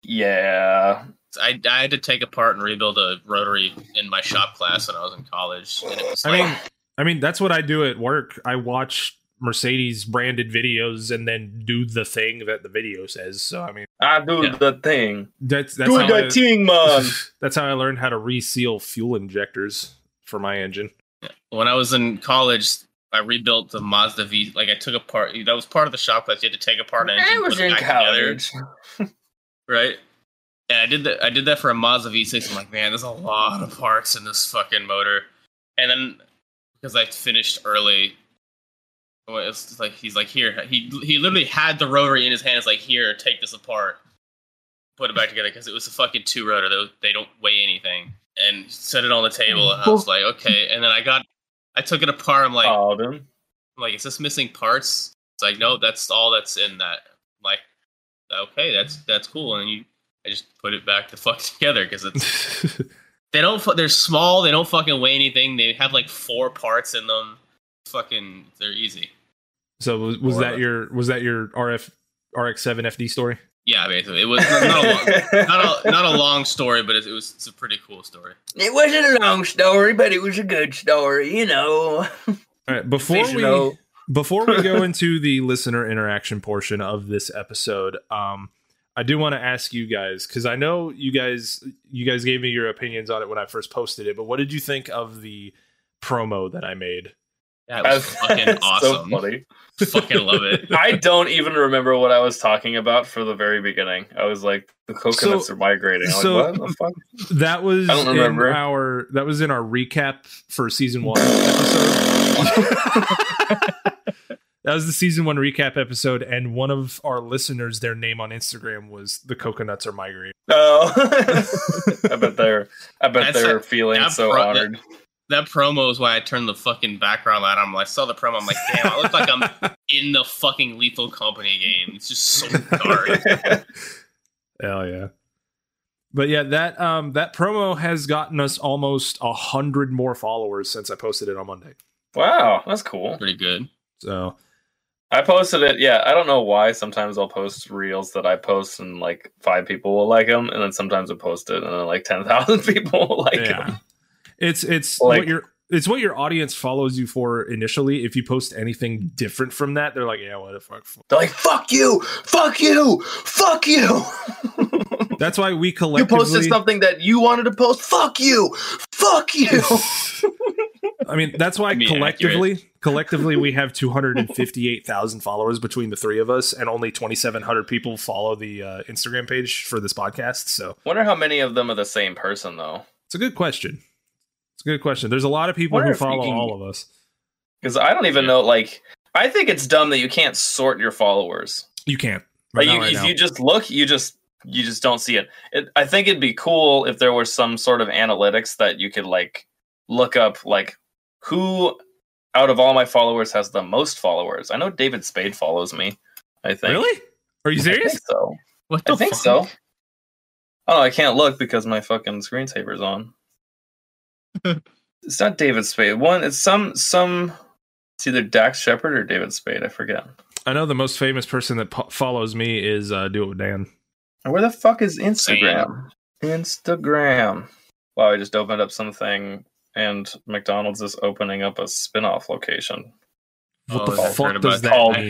C: yeah,
B: I, I had to take apart and rebuild a rotary in my shop class when I was in college, and it was
A: I
B: like
A: mean, I mean that's what I do at work. I watch Mercedes branded videos and then do the thing that the video says. So I mean,
C: I do
B: Yeah.
C: the thing.
A: that's that's
C: Do
A: how I,
C: the thing, man.
A: that's how I learned how to reseal fuel injectors for my engine.
B: when I was in college, I rebuilt the Mazda V. Like I took apart. That was part of the shop class. You had to take apart an engine,
C: I was
B: put it
C: in
B: back together,
C: college.
B: right? And I did that. I did that for a Mazda V6. I'm like, man, there's a lot of parts in this fucking motor. And then because I finished early, well, it's just like he's like, here. He he literally had the rotary in his hand. It's like, here, take this apart, put it back together because it was a fucking two rotor. They, they don't weigh anything. And set it on the table, and I was like, okay. And then I got, I took it apart. I'm
C: Oh,
B: like,
C: Alden.
B: I'm like, is this missing parts? It's like, no, that's all that's in that. I'm like, okay, that's that's cool. And you, I just put it back the fuck together because it's they don't. fu- They're small. They don't fucking weigh anything. They have like four parts in them. Fucking, they're easy.
A: so was, was
C: Or-
A: that your was that your RF RX7 FD story?
B: Yeah, basically, it was not a long, not a, not a long story, but it, it was it's a pretty cool story.
C: It wasn't a long story, but it was a good story, you know.
A: All right, before we Before we go into the listener interaction portion of this episode, um, I do want to ask you guys because I know you guys you guys gave me your opinions on it when I first posted it, but what did you think of the promo that I made?
B: That was fucking awesome.
C: funny.
B: fucking love it.
C: I don't even remember what I was talking about for the very beginning. I was like, the coconuts
A: So-
C: are migrating. I'm
A: so-
C: like, what the fuck?
A: That was
C: I don't remember.
A: in our that was in our recap for season one episode. That was the season one recap episode, and one of our listeners, their name on Instagram was the coconuts are migrating.
C: Oh, I bet they're, I bet
B: That's
C: they're
B: a-
C: feeling
B: that
C: so
B: pro- that-
C: honored.
B: That promo is why I turned the fucking background light on. When I saw the promo, I'm like, damn, I look like I'm in the fucking Lethal Company game. It's just so dark.
A: Hell yeah. But yeah, that um that promo has gotten us almost a hundred more followers since I posted it on Monday.
C: wow, that's cool.
B: Pretty good.
A: So
C: I posted it. Yeah, I don't know why. Sometimes I'll post reels that I post, and like five people will like them, and then sometimes I post it, and then like ten thousand people will like them.
A: yeah. It's it's
C: Like-
A: what your it's what your audience follows you for initially. If you post anything different from that, they're like, yeah, what the fuck?
C: They're like, "Fuck you! Fuck you! Fuck you!"
A: That's why we
C: You
A: collectively.
C: posted something that you wanted to post. Fuck you. Fuck you.
A: I mean, that's why
B: I mean,
A: collectively, collectively, we have two hundred and fifty-eight thousand followers between the three of us, and only twenty-seven hundred people follow the uh, Instagram page for this podcast. So
C: Wonder how many of them are the same person though.
A: it's a good question. It's a good question. There's a lot of people
C: Wonder
A: who
C: if we
A: follow
C: can-
A: all of us.
C: Because I don't even know. Like, I think it's dumb that you can't sort your followers.
A: You can't. Right
C: Like,
A: now,
C: you,
A: right
C: if
A: now.
C: you just look, you just you just don't see it. it. I think it'd be cool if there was some sort of analytics that you could like look up, like who out of all my followers has the most followers. I know David Spade follows me. I think.
A: really? Are you
C: I
A: serious?
C: think so.
B: What
C: I think so. Oh, I can't look because my fucking screensaver's on. it's not David Spade. One, it's some some. It's either Dax Shepard or David Spade. I forget.
A: I know the most famous person that po- follows me is uh, Do It With Dan.
C: And Where the fuck is Instagram? Instagram. Wow, I just opened up something, and McDonald's is opening up a spin-off location
A: What
B: Oh,
A: the
B: I've
A: fuck
B: heard
A: does
B: about
A: that
C: called
A: mean?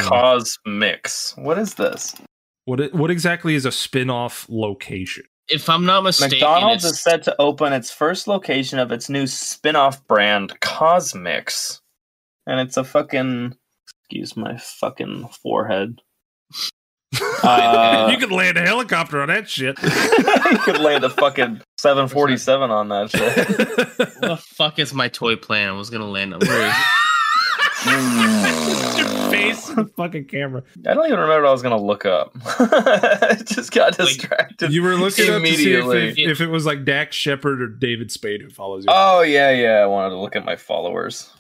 C: Cosmix. What is this?
A: What i- what exactly is a spin-off location?
B: If I'm not mistaken,
C: McDonald's
B: it's-
C: is set to open its first location of its new spin-off brand, Cosmix. And it's a fucking excuse my fucking forehead. Uh,
A: you could land a helicopter on that shit.
C: you could land a fucking 747 on that shit.
B: What the fuck is my toy plane? I was gonna land on. Where is it?
A: Your face in the fucking camera.
C: I don't even remember what I was gonna look up. I just got
B: Like,
C: distracted.
A: You were looking up to see if,
C: Immediately.
A: if, if it was like Dax Shepard or David Spade who follows you.
C: oh yeah, yeah. I wanted to look at my followers.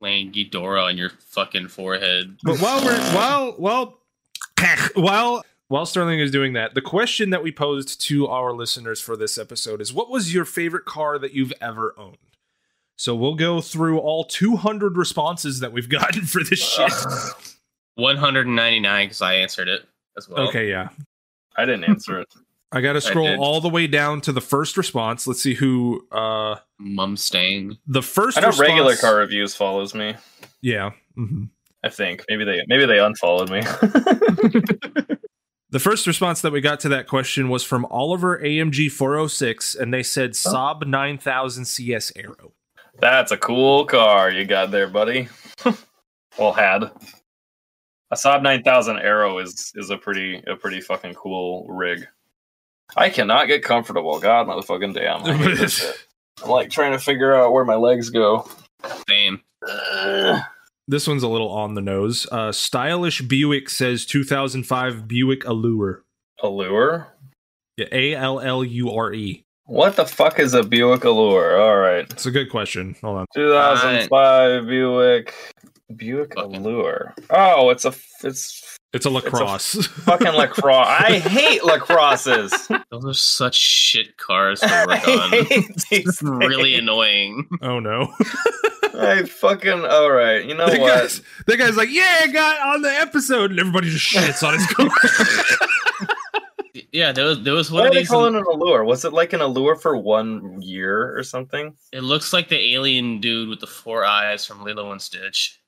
B: Laying Ghidorah on your fucking forehead.
A: But while we're while while while while Sterling is doing that, the question that we posed to our listeners for this episode is what was your favorite car that you've ever owned? So we'll go through all 200 responses that we've gotten for this shit.
B: 199 because I answered it as well.
A: Okay, yeah.
C: I didn't answer it.
A: I got to scroll
B: did.
A: all the way down to the first response. Let's see who uh
B: Mumstang.
A: the first
C: I know
A: response-
C: regular car reviews follows me.
A: Yeah. mhm.
C: I think maybe they maybe they unfollowed me.
A: The first response that we got to that question was from Oliver AMG 406, and they said
C: Oh.
A: Saab 9000 CS Aero.
C: That's a cool car you got there, buddy. well, had a Saab 9000 Arrow is is a pretty a pretty fucking cool rig. I cannot get comfortable. God, motherfucking damn! I hate this shit. I'm like trying to figure out where my legs go.
B: Same.
C: Ugh.
A: This one's a little on the nose. Uh, stylish Buick says 2005 Buick Allure.
C: Allure?
A: Yeah, A L L U R E.
C: What the fuck is a Buick Allure? All right.
A: It's a good question. Hold on.
C: 2005 Buick Buick
B: Fucking-
C: Allure. Oh, it's a f- it's
A: It's a
C: a-
A: lacrosse.
C: fucking lacrosse. I hate lacrosses.
B: Those are such shit cars to work
C: I
B: on.
C: hate these
B: It's really
C: things.
B: annoying.
A: oh no.
C: I fucking all right. You know
A: that,
C: what?
A: guy's, that guy's like, yeah, I got on the episode, and everybody just shits on his car.
B: Yeah, there was there was
C: Why
B: one
C: are
B: of
C: they
B: these.
C: calling it an allure? Was it like an allure for one year or something?
B: it looks like the alien dude with the four eyes from Lilo and Stitch.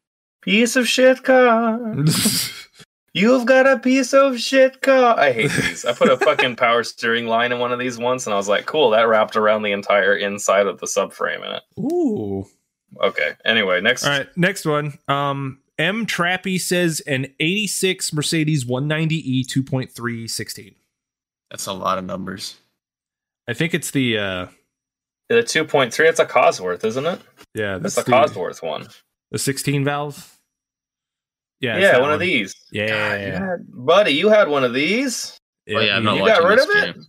C: Piece of shit car. You've got a piece of shit car. I hate these. I put a fucking power steering line in one of these once, and I was like, cool. That wrapped around the entire inside of the subframe in it.
A: Ooh.
C: Okay. Anyway, next.
A: All right, next one. Um, M Trappy says an 86 Mercedes E 190e 2.316.
B: That's a lot of numbers.
A: I think it's the uh
C: The two point three. It's a Cosworth, isn't it?
A: yeah,
C: That's
A: that's
C: a
A: the,
C: Cosworth one.
A: the 16 valve. Yeah,
C: Yeah,
A: it's that
C: one, of these.
A: Yeah,
C: God, you
A: yeah,
C: had- buddy, you had one of these.
B: oh yeah, I'm not
A: he,
C: you
B: watching
C: got rid
B: this
C: of it?
B: game.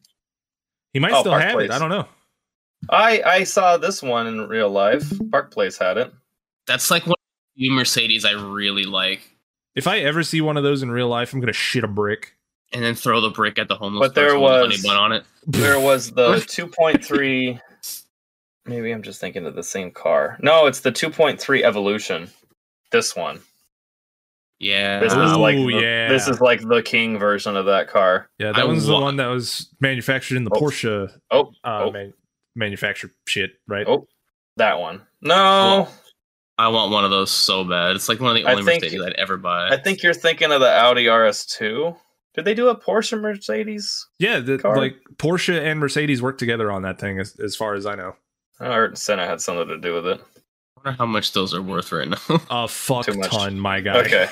A: he might
C: Oh,
A: still
C: Park
A: have it.
C: Place.
A: I don't know.
C: I I saw this one in real life. Park Place had it.
B: That's like one of the few Mercedes I really like,
A: If I ever see one of those in real life, I'm gonna shit a brick.
B: and then throw the brick at the homeless
C: But there
B: person with a
C: was-
B: honey bun on it.
C: There was the two point three. Maybe I'm just thinking of the same car. No, it's the two point three Evolution. This one.
B: Yeah,
C: This is
A: Ooh,
C: like the,
A: yeah.
C: this is like the king version of that car.
A: Yeah, that
B: I
A: one's the
B: wa-
A: one that was manufactured in the
C: Oh.
A: Porsche
C: Oh,
A: uh
C: Oh.
A: man- manufactured shit, right?
C: Oh. that one. No,
B: I want one of those so bad. It's like one of the
C: I
B: only
C: think-
B: Mercedes I'd ever buy.
C: I think you're thinking of the Audi RS2. Did they do a Porsche Mercedes?
A: Yeah, the,
C: Car.
A: like Porsche and Mercedes work together on that thing, as, as far as I know.
C: I heard Senna had something to do with it.
B: I wonder how much those are worth right now.
A: A fuck
C: Too much.
A: ton, my guy.
C: Okay.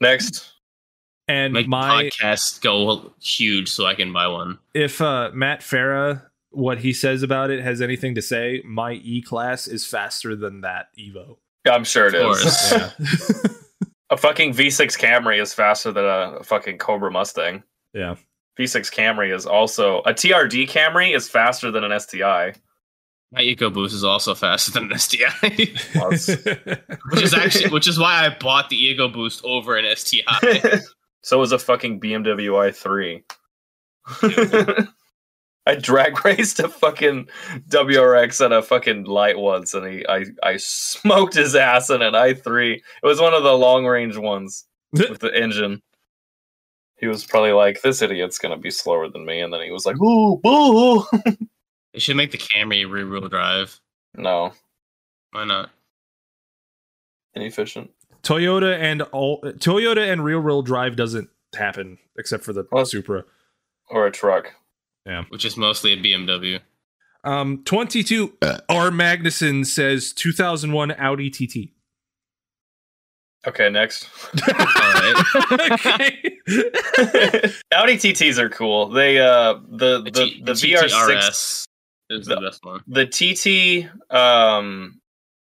C: Next,
A: and
B: Make
A: my
B: the podcast go huge so I can buy one.
A: if uh, Matt Farah, what he says about it has anything to say, my E class is faster than that Evo.
C: I'm sure it
B: Of
C: is.
B: course.
A: Yeah.
C: a fucking V6 Camry is faster than a fucking Cobra Mustang.
A: Yeah.
C: V6 Camry is also a TRD Camry is faster than an STI.
B: My EcoBoost is also faster than an STI,
C: Plus.
B: which is actually which is why I bought the EcoBoost over an STI.
C: so is a fucking BMW i3. I drag raced a fucking WRX at a fucking light once, and he I I smoked his ass in an i3. It was one of the long range ones with the engine. He was probably like, "This idiot's gonna be slower than me," and then he was like, "Ooh, boo!"
B: They should make the Camry rear-wheel drive.
C: no,
B: Why not?
C: inefficient.
A: Toyota and all Toyota and real world drive doesn't happen except for the
C: Well-
A: Supra.
C: Or a truck.
B: Which is mostly a BMW.
A: Um, 22 R Magnuson says 2001 Audi TT.
C: Okay, next.
A: Okay.
C: Audi TTs are cool. They uh the the
B: The,
C: the,
B: T- the
C: VR6
B: VRS is the,
C: the-
B: best one.
C: the TT um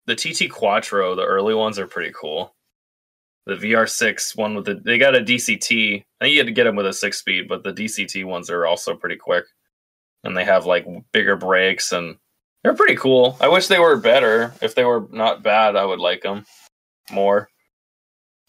C: the TT Quattro, the early ones are pretty cool. The VR6 one with the they got a DCT. I think you had to get them with a 6 speed, but the DCT ones are also pretty quick. And they have like bigger brakes and they're pretty cool. I wish they were better. If they were not bad, I would like them more.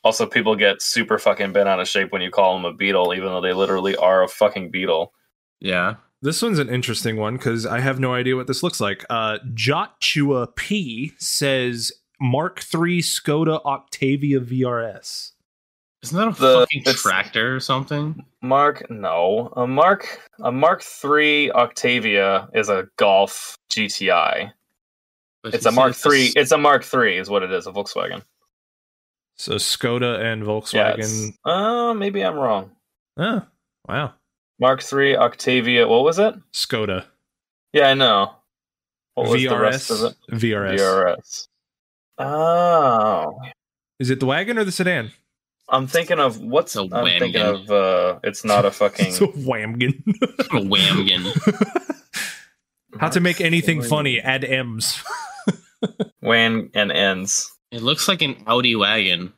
C: Also, people get super fucking bent out of shape when you call them a beetle, even though they literally are a fucking beetle.
B: Yeah.
A: This one's an interesting one because I have no idea what this looks like. Uh, Jotua P says Mark III Skoda Octavia VRS.
B: Isn't that a
C: The-
B: fucking
C: it's-
B: tractor or something?
C: Mark, no. A Mark, a Mark Three Octavia is a Golf GTI.
B: But
C: It's
B: he
C: a Mark
B: said
C: Three.
B: it's a-
C: It's a Mark Three, is what it is. A Volkswagen.
A: So Skoda and
C: Yeah.
A: Volkswagen.
C: it's- Uh, maybe I'm wrong.
A: oh, wow.
C: Mark Three Octavia. What was it?
A: Skoda.
C: Yeah, I know. What was
A: VRS,
C: the rest of it?
A: VRS.
C: VRS. Oh,
A: Is it the wagon or the sedan?
C: I'm thinking of what's
B: It's a
C: I'm thinking
B: wagon.
C: of. Uh, it's not a fucking.
A: It's a whamgon.
B: a whamgon.
A: How to make anything
C: Mark
A: funny? Add M's.
C: Wan and ends.
B: It looks like an Audi wagon.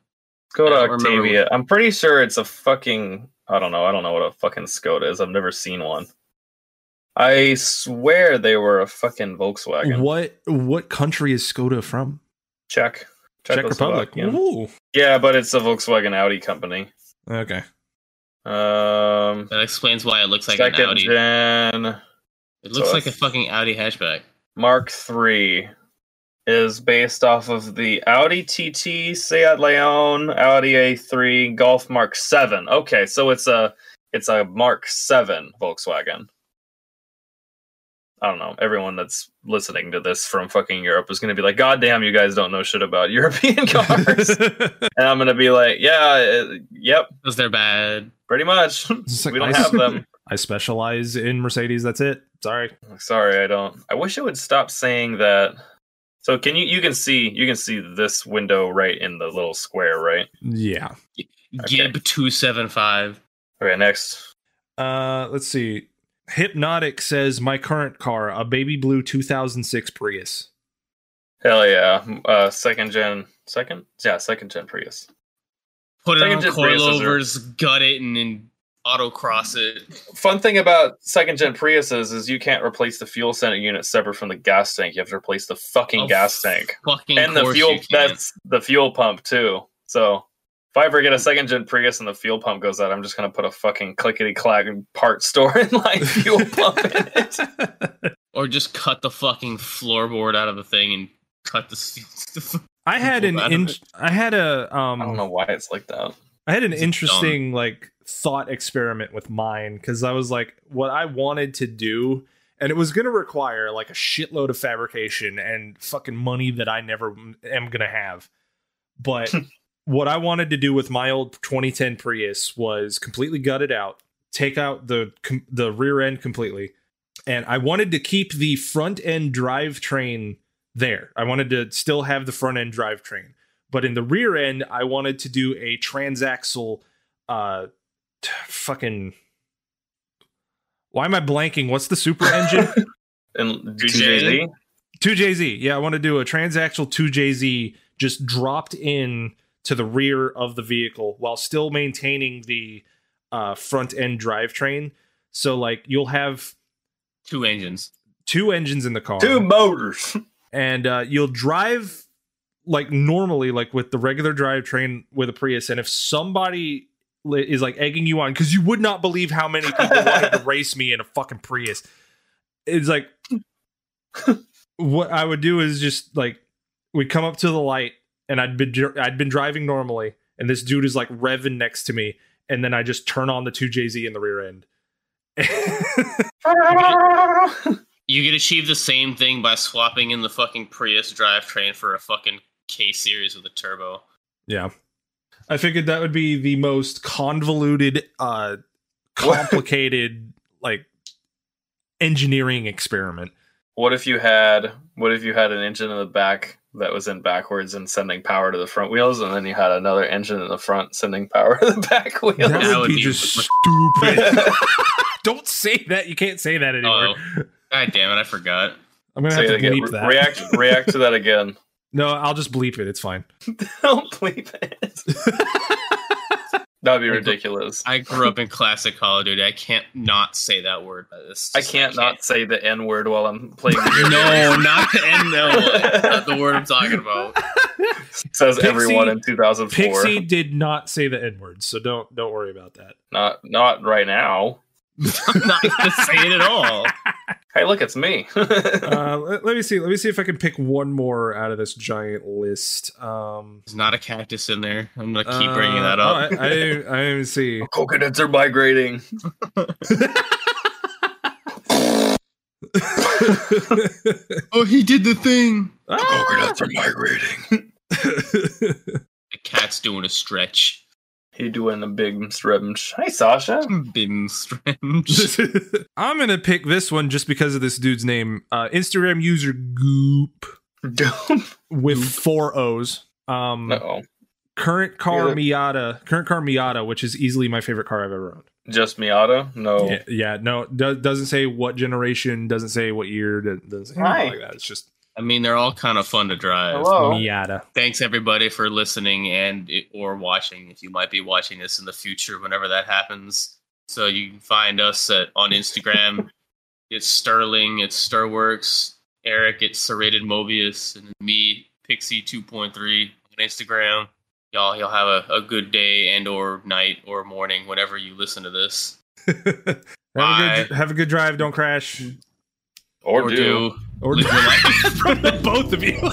C: Go to
B: I don't remember
C: Octavia. I'm pretty sure it's a fucking. I don't know. I don't know what a fucking Skoda is. I've never seen one. I swear they were a fucking Volkswagen.
A: what what country is Skoda from?
C: Czech.
A: Czech Republic.
C: Czechoslovakian.
A: Ooh.
C: Yeah, but it's a Volkswagen Audi company.
A: Okay.
C: Um,
B: That explains why it looks like an
C: second
B: Audi.
C: gen
B: It looks
C: So
B: like a
C: it's-
B: fucking Audi hatchback.
C: Mark III is based off of the Audi TT, Seat Leon, Audi A3, Golf Mark 7. Okay, so it's a it's a Mark 7 Volkswagen. I don't know. Everyone that's listening to this from fucking Europe is going to be like, "God damn, you guys don't know shit about European cars." and I'm going to be like, "Yeah, uh, yep,
B: Because they're bad.
C: pretty much.
A: It's like
C: we don't
A: I-
C: have them."
A: I specialize in Mercedes. That's it. Sorry.
C: Sorry, I don't. I wish it would stop saying that. So can you you can see you can see this window right in the little square, right?
A: Yeah.
C: Okay.
B: Gib two seven five.
C: Okay, next.
A: Uh, let's see. Hypnotic says my current car, a baby blue 2006 Prius.
C: Hell yeah. Uh second gen second? Yeah, second gen Prius.
B: Put it
C: Second
B: on
C: gen Priuses are-
B: coilovers, gut it, and then autocross it.
C: Fun thing about second gen Priuses is you can't replace the fuel center unit separate from the gas tank. You have to replace the fucking
B: Of
C: gas tank.
B: Fucking
C: And the
B: course
C: fuel
B: you can.
C: that's the fuel pump too. So if I ever get a second gen Prius and the fuel pump goes out, I'm just gonna put a fucking clickety clack part store and like fuel pump in it.
B: or just cut the fucking floorboard out of the thing and cut the steel.
A: I had an
B: Out of
A: in-
B: it.
A: I had a um
C: I don't know why it's like that.
A: I had an
B: It's
A: interesting like thought experiment with mine because I was like, what I wanted to do, and it was going to require like a shitload of fabrication and fucking money that I never m- am going to have. But what I wanted to do with my old 2010 Prius was completely gut it out, take out the com- the rear end completely, and I wanted to keep the front end drivetrain there. I wanted to still have the front end drivetrain, but in the rear end, I wanted to do a transaxle, uh, t- fucking. Why am I blanking? What's the super engine?
C: And
B: Jay?
C: JZ?
A: 2JZ. Yeah, I want to do a transaxle 2JZ just dropped in to the rear of the vehicle while still maintaining the uh, front end drivetrain. So, like, you'll have
B: Two engines.
A: two engines in the car
C: Two motors.
A: and uh, you'll drive like normally, like with the regular drivetrain with a Prius. And if somebody li- is like egging you on, because you would not believe how many people wanted to race me in a fucking Prius, it's like what I would do is just like we come up to the light, and I'd been dr- I'd been driving normally, and this dude is like revving next to me, and then I just turn on the two JZ in the rear end.
B: You could achieve the same thing by swapping in the fucking Prius drivetrain for a fucking K series with a turbo.
A: Yeah. I figured that would be the most convoluted, uh complicated like engineering experiment.
C: what if you had what if you had an engine in the back that was in backwards and sending power to the front wheels, and then you had another engine in the front sending power to the back wheels?
A: That, would,
B: would
A: be,
B: be
A: just
B: ridiculous.
A: stupid. Don't say that. You can't say that anymore.
B: Oh, god damn it! I forgot.
A: I'm gonna
C: Say
A: have
C: it
A: to
C: again.
A: bleep
C: Re-
A: that.
C: React react to that again.
A: No, I'll just bleep it. It's fine.
C: Don't bleep it. that would be ridiculous.
B: I grew up in classic Call of Duty. I can't not say that word. By this,
C: I can't not say the N word while I'm playing video
B: No, not the end. No, not the word I'm talking about.
C: says
A: Pixie-
C: everyone in 2004.
A: Pixie did not say the N word, so don't don't worry about that.
C: Not not right now.
B: I'm not gonna say it at all.
C: Hey, look, it's me.
A: Uh, let, let me see. Let me see if I can pick one more out of this giant list. Um,
B: There's not a cactus in there. I'm gonna keep bringing that
A: uh,
B: up.
A: oh, I, I, didn't- I didn't see.
C: Coconuts are migrating.
B: Oh, he did the thing.
A: Ah!
C: Coconuts are migrating.
B: The cat's doing a stretch.
C: He doing a big stretch. Hi, Sasha.
B: Bim stretch.
A: I'm gonna pick this one just because of this dude's name. Uh, Instagram user Goop with four O's. Um,
C: no,
A: current car
C: Yeah.
A: Miata, current car Miata, which is easily my favorite car I've ever owned.
C: just Miata. No,
A: Yeah, yeah, no, do, doesn't say what generation, doesn't say what year, do- doesn't say anything
C: Hi.
A: like that. It's just
B: I mean, they're all kind of fun to drive.
C: Hello?
A: Miata.
B: Thanks everybody for listening and eh, or watching. If you might be watching this in the future, whenever that happens, so you can find us at, on Instagram. it's Sterling. It's Stirworks. Eric. It's Serrated Mobius and me, Pixie Two Point Three on Instagram. Y'all, you'll have a, a good day and or night or morning whenever you listen to this.
A: have, a good, have a good drive. Don't crash.
C: or, do.
A: Or
B: Live your life.
A: both of you.